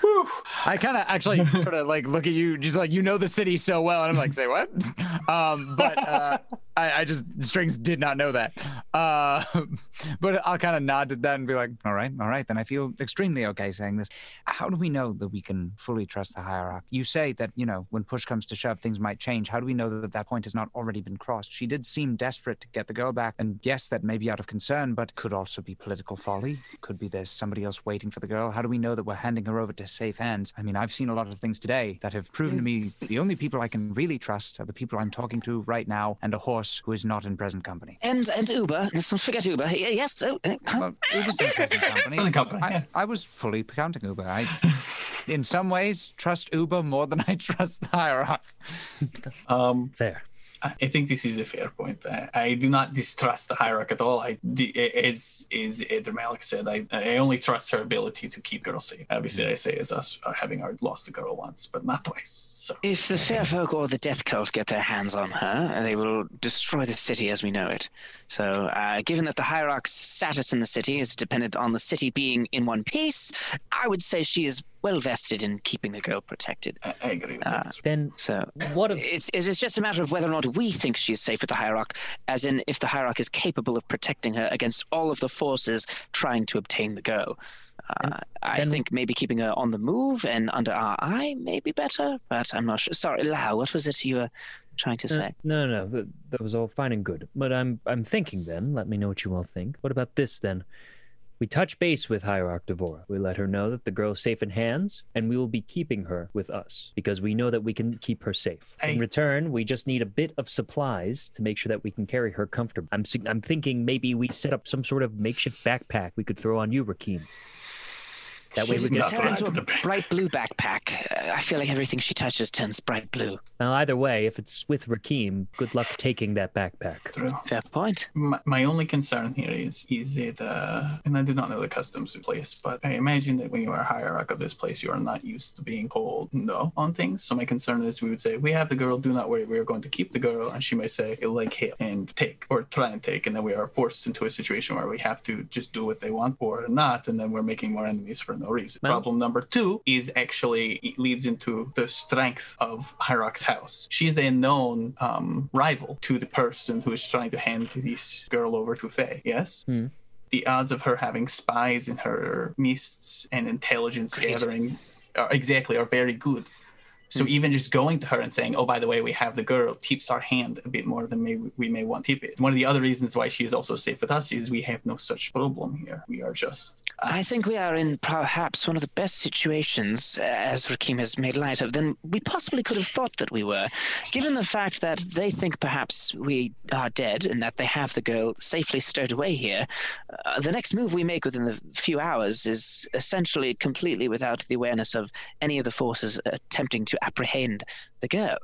Whew.
I kind of actually sort of like look at you, just like you know the city so well, and I'm like, say what? Um, but uh, I, I just strings did not know that. Uh, but I'll kind of nod at that and be like, all right, all right, then I feel extremely okay saying this. How do we know that we can fully trust the hierarch? You say that you know when push comes to shove, things might change. How do we know that that point has not already been crossed? She did seem desperate to get the girl back, and yes, that may be out of concern, but could also be political folly. Could be there's somebody else waiting for the girl. How do we know that we're handing her over to safe hands? I mean, I've seen a lot of things today that have proven to me the only people I can really trust are the people I'm talking to right now and a horse who is not in present company.
And and Uber. Let's not forget Uber. Y- Yes. Oh, uh, huh.
Well, Uber's in present company.
Present company,
I,
yeah.
I was fully counting Uber. I, in some ways, trust Uber more than I trust the hierarch.
Um,
Fair.
I I think this is a fair point. I, I do not distrust the hierarch at all. I, the, as as Edder Malik said, I, I only trust her ability to keep girls safe. Obviously, I say as us uh, having our, lost a girl once, but not twice. So
If the Fair Folk or the Death Cult get their hands on her, they will destroy the city as we know it. So, uh, given that the Hierarch's status in the city is dependent on the city being in one piece, I would say she is well vested in keeping the girl protected.
I, I agree with that.
Then
So,
what if
it's, it's it's just a matter of whether or not we think she is safe with the Hierarch, as in if the Hierarch is capable of protecting her against all of the forces trying to obtain the girl. Uh, I
then-
think maybe keeping her on the move and under our eye may be better, but I'm not sure. Sorry, Lau, what was it you were
trying to
Uh,
say?
No, no, that, that was all fine and good. But I'm I'm thinking then, let me know what you all think. What about this then? We touch base with Hierarch Devora. We let her know that the girl's safe in hands, and we will be keeping her with us because we know that we can keep her safe.
Hey.
In return, we just need a bit of supplies to make sure that we can carry her comfortably. I'm sig- I'm thinking maybe we set up some sort of makeshift backpack we could throw on you, Rakim. That way we
She's
can
not
Turn into
right to
a
the back.
bright blue backpack. Uh, I feel like everything she touches turns bright blue.
Now, either way, if it's with Rakim, good luck taking that backpack.
True.
Fair point.
My, my only concern here is is it uh and I do not know the customs in place, but I imagine that when you are a hierarch of this place you are not used to being told no on things. So my concern is we would say, We have the girl, do not worry, we are going to keep the girl and she may say like him and take or try and take and then we are forced into a situation where we have to just do what they want or not and then we're making more enemies for no reason.
Well-
Problem number two is actually it leads into the strength of Hyrok's house. She's a known um, rival to the person who is trying to hand this girl over to Faye. Yes.
Hmm.
The odds of her having spies in her mists and intelligence gathering, are, exactly, are very good. So
Hmm.
even just going to her and saying, "Oh, by the way, we have the girl," tips our hand a bit more than may we may want tip it. One of the other reasons why she is also safe with us is we have no such problem here. We are just.
I
us.
think we are in perhaps one of the best situations, uh, as Rakim has made light of, than we possibly could have thought that we were, given the fact that they think perhaps we are dead and that they have the girl safely stowed away here. Uh, the next move we make within the few hours is essentially completely without the awareness of any of the forces attempting to apprehend the girl.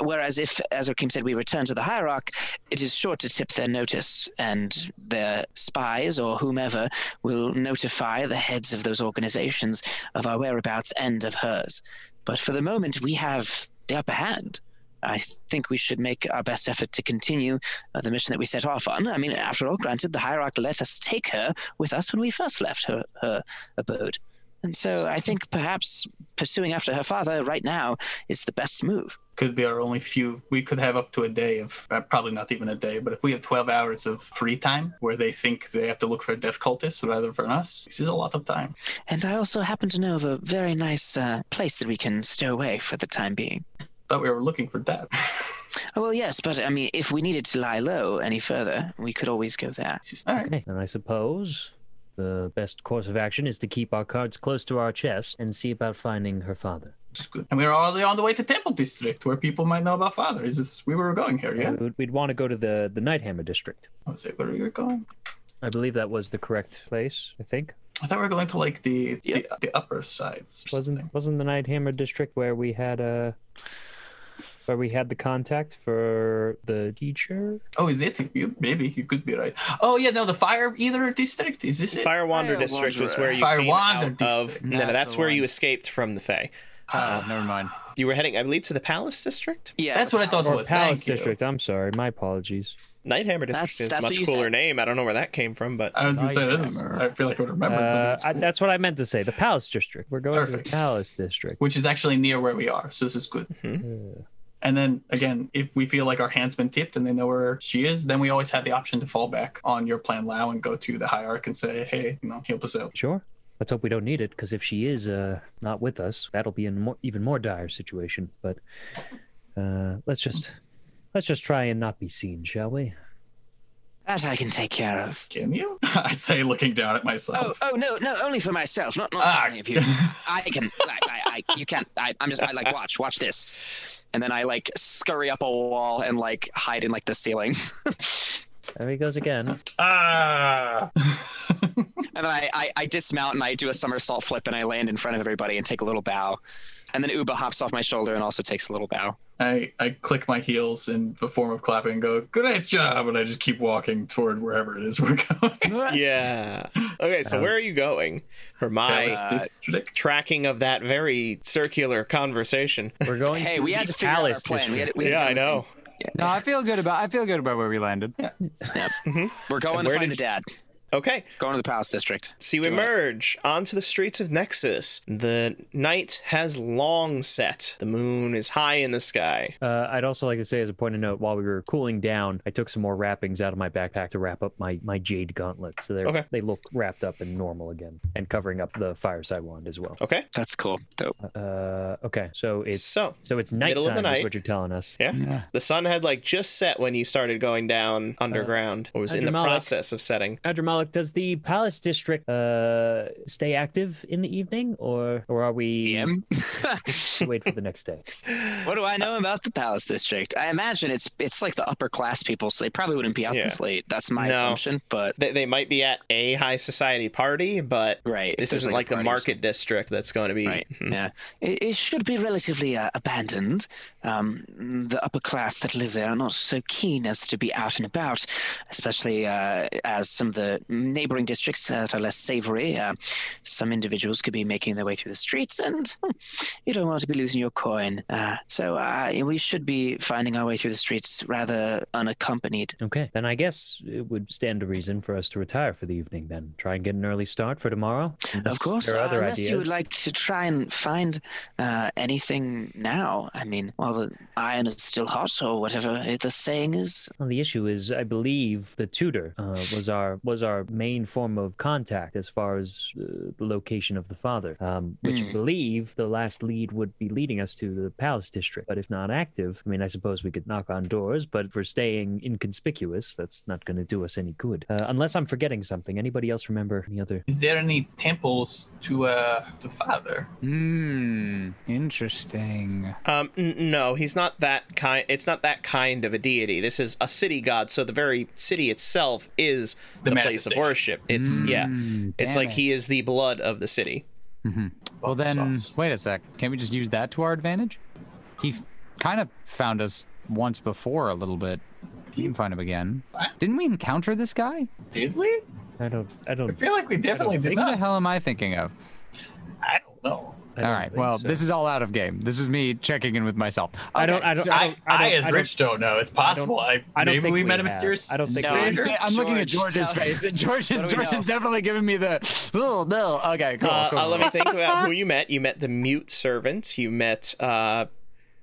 Whereas if, as Rakim said, we return to the hierarch, it is sure to tip their notice, and their spies or whomever will notify the heads of those organizations of our whereabouts and of hers. But for the moment, we have the upper hand. I think we should make our best effort to continue uh, the mission that we set off on. I mean, after all, granted, the hierarch let us take her with us when we first left her, her abode. And so I think perhaps pursuing after her father right now is the best move.
could be our only few. We could have up to a day of uh, probably not even a day, but if we have 12 hours of free time where they think they have to look for a deaf cultist rather than us, this is a lot of time.
And I also happen to know of a very nice uh, place that we can stow away for the time being.
Thought we were looking for that.
Oh, well, yes, but I mean, if we needed to lie low any further, we could always go there.
This is- All right.
Okay. And I suppose the best course of action is to keep our cards close to our chest and see about finding her father.
It's good. And we are already on the way to Temple District, where people might know about Father. Is this we were going here? Yeah.
We'd, we'd want to go to the the Nighthammer district.
I was like, where are you going?
I believe that was the correct place. I think
I thought we were going to like the the, the upper sides. Or something.
wasn't wasn't the Nighthammer district where we had a where we had the contact for the teacher.
Oh, is it? You, maybe you could be right. Oh yeah, no, the Fire Eater District. Is this it?
Fire Wander
Fire
District was
Wanderer.
where you
Fire
came
Wander
out of.
District.
No, no,
That's
that's
the
where
one.
you escaped from the Fae.
Ah, Uh,
Oh, never mind.
You were heading, I believe, to the Palace District.
Yeah,
That's what I thought it
Or
was.
Palace
Oh, Thank you.
district. I'm sorry. My apologies.
Nighthammer District
That's-
is
that's
a
what
much
you
cooler
said.
name. I don't know where that came from, but
I was gonna say this. Is,
Nighthammer.
I feel like I would remember. but
Uh,
it's
I, that's what I meant to say. The Palace district. We're going to the
Perfect.
Palace district.
which is actually near where we are. So this is good. And then again, if we feel like our hand's been tipped and they know where she is, then we always have the option to fall back on your plan, Lao, and go to the hierarch and say, hey, you know, help us out.
Sure. Let's hope we don't need it, because if she is uh, not with us, that'll be in more, even more dire situation. But uh, let's just let's just try and not be seen, shall we?
that I can take care of.
Can you? I say, looking down at
Oh,
myself.
oh no, no, only for myself, Oh, not not
Ah.
for any of you. I can, like, I, I, you can't. I, I'm just, I like watch, watch this, and then I like scurry up a wall and like hide in like the ceiling, and
There he goes again.
Ah!
then I, I, I dismount and I do a somersault flip and I land in front of everybody and take a little bow, and then Uba hops off my shoulder and also takes a little bow.
I, I click my heels in the form of clapping and go, great job. And I just keep walking toward wherever it is we're going.
yeah. Okay, so
Uh,
Um,
where are you going? For
That
my
was
uh,
district.
tracking of that very circular conversation.
We're going
Hey,
to
we
the
had to figure out our
palace
plan. We had,
district.
we had to
Yeah,
get
I
this
know.
thing. Yeah,
No, I feel good about I feel good about where we landed.
We're going
Where
to find
did
the dad.
Okay.
Going to the Palace District.
So you emerge onto the streets of Nexus. The night has long set. The moon is high in the sky.
Uh, I'd also like to say, as a point of note, while we were cooling down, I took some more wrappings out of my backpack to wrap up my, my jade gauntlet, so they
Okay.
they look wrapped up and normal again, and covering up the fireside wand as well.
Okay.
That's cool. Dope.
Uh, okay, so it's
So
so it's
middle of
nighttime
the
is
night.
what you're telling us.
yeah. The sun had like just set when you started going down underground, or was in the
Andromalic.
process of setting.
Andrew Malik, does the Palace District uh, stay active in the evening, or or are we
Em?
wait for the next day?
E what do I know about the Palace District? I imagine it's it's like the upper class people, so they probably wouldn't be out
Yeah.
this late. That's my
No.
assumption. But
They, they might be at a high society party, but
right,
this
there's
isn't
a
like, the
party or
market district that's going to be.
Right. Yeah. It, it should be relatively uh, abandoned. Um, the upper class that live there are not so keen as to be out and about, especially uh, as some of the neighboring districts that are less savory. Uh, some individuals could be making their way through the streets, and hmm, you don't want to be losing your coin. Uh, so uh, we should be finding our way through the streets rather unaccompanied.
Okay, then I guess it would stand to reason for us to retire for the evening. Then try and get an early start for tomorrow.
Of
unless
course,
there
uh,
are other
unless
ideas.
you would like to try and find uh, anything now. I mean, while the iron is still hot, or whatever it- the saying is.
Well, the issue is, I believe the tutor uh, was our was our main form of contact as far as uh, the location of the father, um, which I
Hmm.
believe the last lead would be leading us to the palace district. But if not active, I mean, I suppose we could knock on doors, but if we're staying inconspicuous, that's not going to do us any good. Uh, unless I'm forgetting something. Anybody else remember any other?
Is there any temples to uh to Father?
Hmm. Interesting.
Um, n- no, he's not that kind. It's not that kind of a deity. This is a city god, so the very city itself is the,
The
place of
manifestation.
worship. It's yeah.
Mm,
It's
damn
like
it.
he is the blood of the city.
Well, then,
Sauce.
wait a sec. Can't we just use that to our advantage? He f- kind of found us once before a little bit. You can find him again. Didn't we encounter this guy?
Did we?
I don't. I
I
don't.
feel like we definitely did
Who the
not.
hell am I thinking of?
I don't know.
I don't
All right.
think
Well,
so.
this is all out of game. This is me checking in with myself.
I don't.
Okay,
I don't.
so-
I,
I,
don't,
I,
I, don't,
as
I don't-
Rich don't know. It's possible. I,
I don't
maybe
think
we
we
met a
have.
mysterious
I don't think
we
I'm,
George,
stranger.
sa- I'm looking at
George,
George's
tell-
face. and George is
What do we
George is
know?
definitely giving me the oh no. Okay, cool.
Uh,
cool,
uh, let
cool.
me think about who you met. You met the mute servant. You met uh,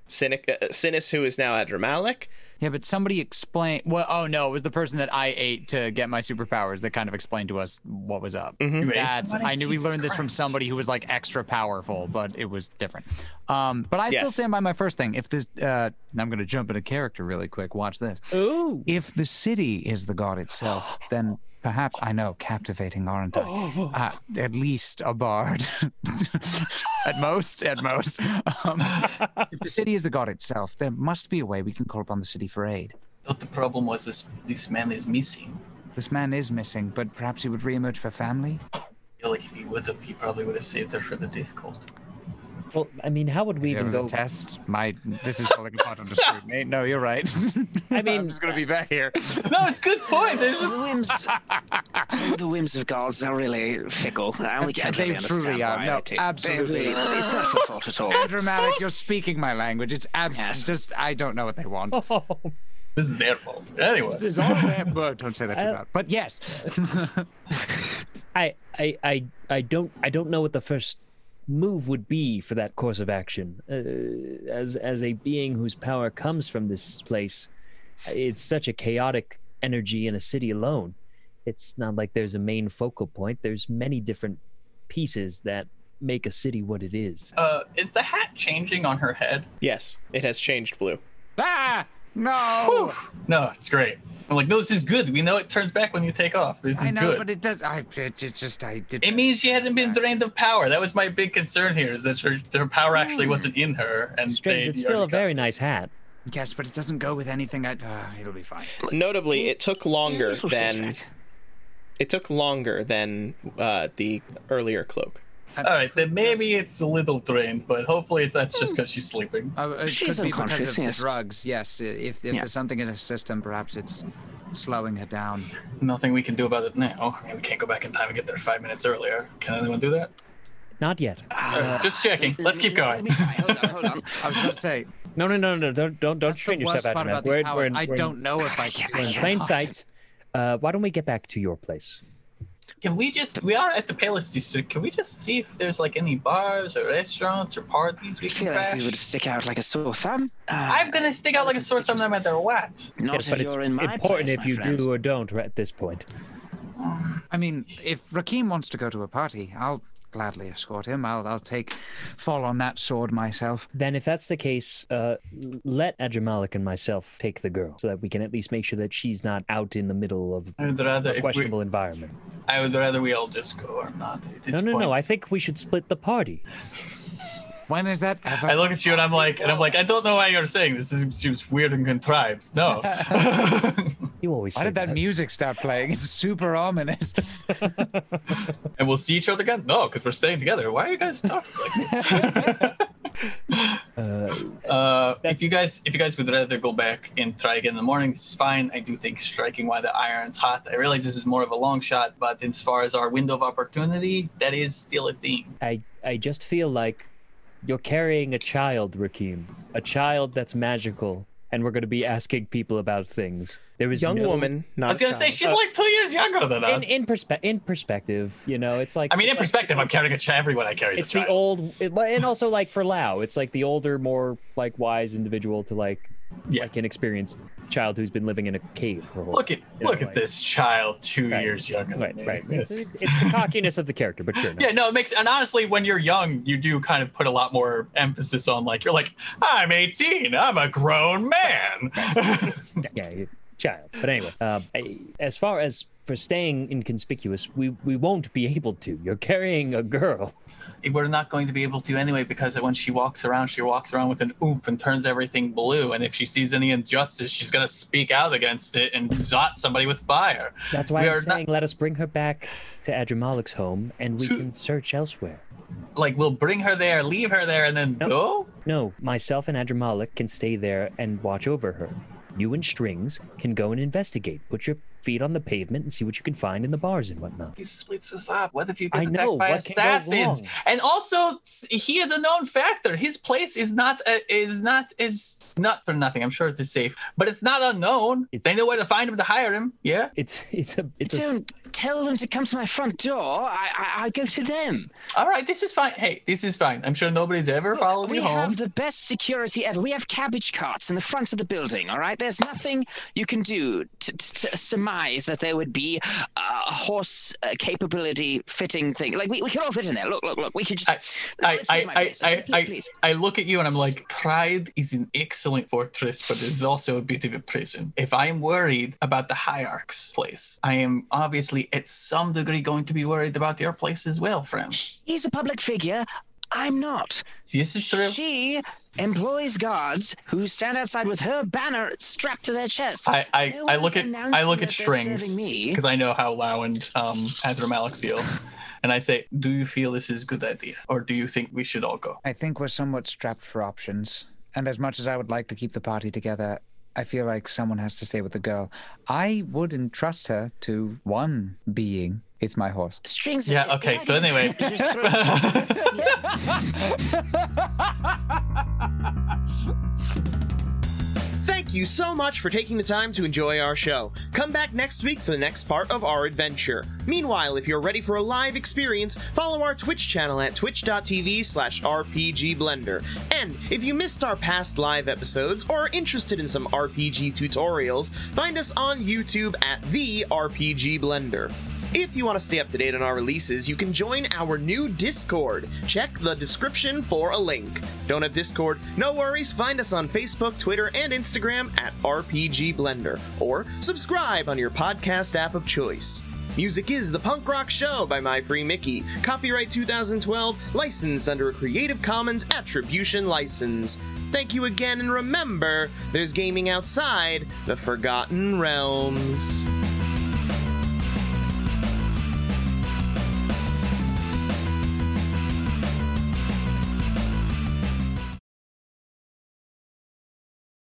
Cynic, uh, Sinus, who is now Adramalic.
Yeah, but somebody explain. Well, oh no, it was the person that I ate to get my superpowers that kind of explained to us what was up.
Mm-hmm.
You ate
That's,
somebody?
I knew we
Jesus
learned this from
Christ.
somebody who was like extra powerful, but it was different. Um, but I still
Yes.
stand by my first thing. If this, uh, and I'm going to jump into character really quick. Watch this.
Ooh.
If the city is the god itself, then perhaps I know, captivating, aren't I? Uh, at least a bard. at most, at most. Um, if the city is the god itself, there must be a way we can call upon the city for aid.
Thought the problem was this this man is missing.
This man is missing, but perhaps he would reemerge for family.
I feel like if he would have, he probably would have saved her for the death cult.
Well, I mean, how would we
It
even
was
go?
a test. My this is falling apart under scrutiny. No, you're right.
I mean,
I'm just gonna be back here.
No, it's a good point. It's
The
just
whims, the whims of gods are really fickle, and we can't
they
really understand
truly are.
why
No,
they take- they
absolutely.
really- it's not your fault at all.
Dramatic. You're speaking my language. It's abs-
Yes.
just I don't know what they want.
Oh.
this is their fault. Anyway,
This is all their- well, Don't say that too
I-
loud. But yes,
I, I, I, I don't, I don't know what the first move would be for that course of action. Uh, as as a being whose power comes from this place, it's such a chaotic energy in a city alone. It's not like there's a main focal point. There's many different pieces that make a city what it is.
uh, is the hat changing on her head?
Yes, it has changed blue.
ah, no.
No, it's great. I'm like, no, this is good. We know it turns back when you take off. This
I
is
know,
good.
but
it...
it does. I it, it just I did.
means she hasn't been drained of power. That was my big concern here, is that her, her power actually wasn't in her, and
Strange.
they
It's still a
already got-
very nice hat.
Yes, but it doesn't go with anything. I, uh, it'll be fine.
Notably, it took longer
Little
than
shit.
it took longer than uh, the earlier cloak.
All right, then maybe it's a little drained, but hopefully it's, that's just because she's sleeping.
Uh, it
She's
could be because
unconscious,
of the
yes.
drugs. Yes, i- if, if
Yeah.
there's something in her system, perhaps it's slowing her down.
Nothing we can do about it now. We can't go back in time and get there five minutes earlier. Can anyone do that?
Not yet.
All right, just checking. Let's keep
Let
going.
me try. Hold on, hold on.
I was going to say
No, no, no, no. Don't, don't, don't
that's the
strain
worst
yourself out.
part
man.
about these
We're-
powers.
we're in-
I
we're in-
don't know if I can.
We're in plain sight. Uh, why don't we get back to your place?
Can we just? We are at the Palace District. Can we just see if there's like any bars or restaurants or parties we
We
can
feel like
crash?
we would stick out like a sore thumb. Uh,
I'm gonna stick out like a sore thumb no matter what.
not
but
if
it's
you're in my
important
place,
if
my
you
friend.
do or don't right at this point.
I mean, if Rakim wants to go to a party, I'll gladly escort him. I'll I'll take fall on that sword myself.
Then, if that's the case, uh, l- let Ajamalik and myself take the girl so that we can at least make sure that she's not out in the middle of
I would rather
a
if we,
questionable environment.
I would rather we all just go or not. At this
No, no,
point.
no. I think we should split the party.
When is that ever?
I look at you and I'm like, and I'm like, I don't know why you're saying this. This seems weird and contrived. No.
You always
Why
say
did that music start playing? It's super ominous.
and we'll see each other again? No, because we're staying together. Why are you guys talking like this? uh, if you guys, if you guys would rather go back and try again in the morning, it's fine. I do think striking while the iron's hot. I realize this is more of a long shot, but as far as our window of opportunity, that is still a thing.
I, I just feel like you're carrying a child, Rakim, a child that's magical, and we're going to be asking people about things. There is
Young
no...
woman, not
I was gonna say she's like two years younger than
in
us.
in, perspe- in perspective, you know, it's like
I mean, in perspective, I'm carrying a child. Everyone I carry is
it's
a child.
the old it- and also like for Lao, it's like the older, more like wise individual to like
Yeah.
like an experienced child who's been living in a cave. For a whole-
look at
you know,
look at
like-
this child, two
Right.
years younger.
Right,
than me.
right.
Yes.
It's, it's the cockiness of the character, but sure. No.
Yeah, no, it makes and honestly, when you're young, you do kind of put a lot more emphasis on like you're like I'm 18, I'm a grown man.
yeah, you- child. But anyway, um, I, as far as for staying inconspicuous, we we won't be able to. You're carrying a girl.
We're not going to be able to anyway because when she walks around, she walks around with an oof and turns everything blue. And if she sees any injustice, she's gonna speak out against it and zot somebody with fire.
That's why
We
I'm
are not-
saying let us bring her back to Adramalik's home, and we
To-
can search elsewhere.
Like we'll bring her there, leave her there, and then go.
No, myself and Adramalik can stay there and watch over her. You and Strings can go and investigate. Put your feet on the pavement and see what you can find in the bars and whatnot.
He splits us up. What if you get
I
attacked
know,
by
what can go
assassins?
wrong?
And also, s- he is a known factor. His place is not a, is not is not for nothing. I'm sure it is safe, but it's not unknown.
It's-
They know where to find him to hire him. Yeah.
It's it's a it's a s-
Don't tell them to come to my front door. I, I, I go to them.
All right, this is fine. Hey, this is fine. I'm sure nobody's ever followed
We
you home.
have the best security ever. We have cabbage carts in the front of the building, all right? There's nothing you can do to, to, to surmise that there would be uh, a horse uh, capability fitting thing. Like, we, we can all fit in there. Look, look, look. We could just.
I- I,
Let's go to my
I,
place.
I, I,
Please,
I,
please.
I look at you and I'm like, pride is an excellent fortress, but it's also a bit of a prison. If I'm worried about the hierarch's place, I am obviously at some degree going to be worried about your place as well, friend.
He's a public figure. I'm not.
This is true.
She employs guards who stand outside with her banner strapped to their chest.
I, I,
No
I
one's
look at I
announcing
look at
that they're serving
strings
me.
because I know how Lau and um Adramalik feel, and I say, "Do you feel this is a good idea, or do you think we should all go?"
I think we're somewhat strapped for options. And as much as I would like to keep the party together, I feel like someone has to stay with the girl. I would entrust her to one being. It's my horse.
Strings.
Yeah. Okay. So anyway,
Just throw-
Thank you so much for taking the time to enjoy our show. Come back next week for the next part of our adventure. Meanwhile, if you're ready for a live experience, follow our Twitch channel at twitch.tv slash rpgblender. And if you missed our past live episodes or are interested in some RPG tutorials, find us on YouTube at the RPG Blender. If you want to stay up to date on our releases, you can join our new Discord. Check the description for a link. Don't have Discord? No worries. Find us on Facebook, Twitter, and Instagram at RPG Blender, or subscribe on your podcast app of choice. Music is The Punk Rock Show by My Free Mickey. Copyright 2012, licensed under a Creative Commons Attribution License. Thank you again, and remember, there's gaming outside the Forgotten Realms.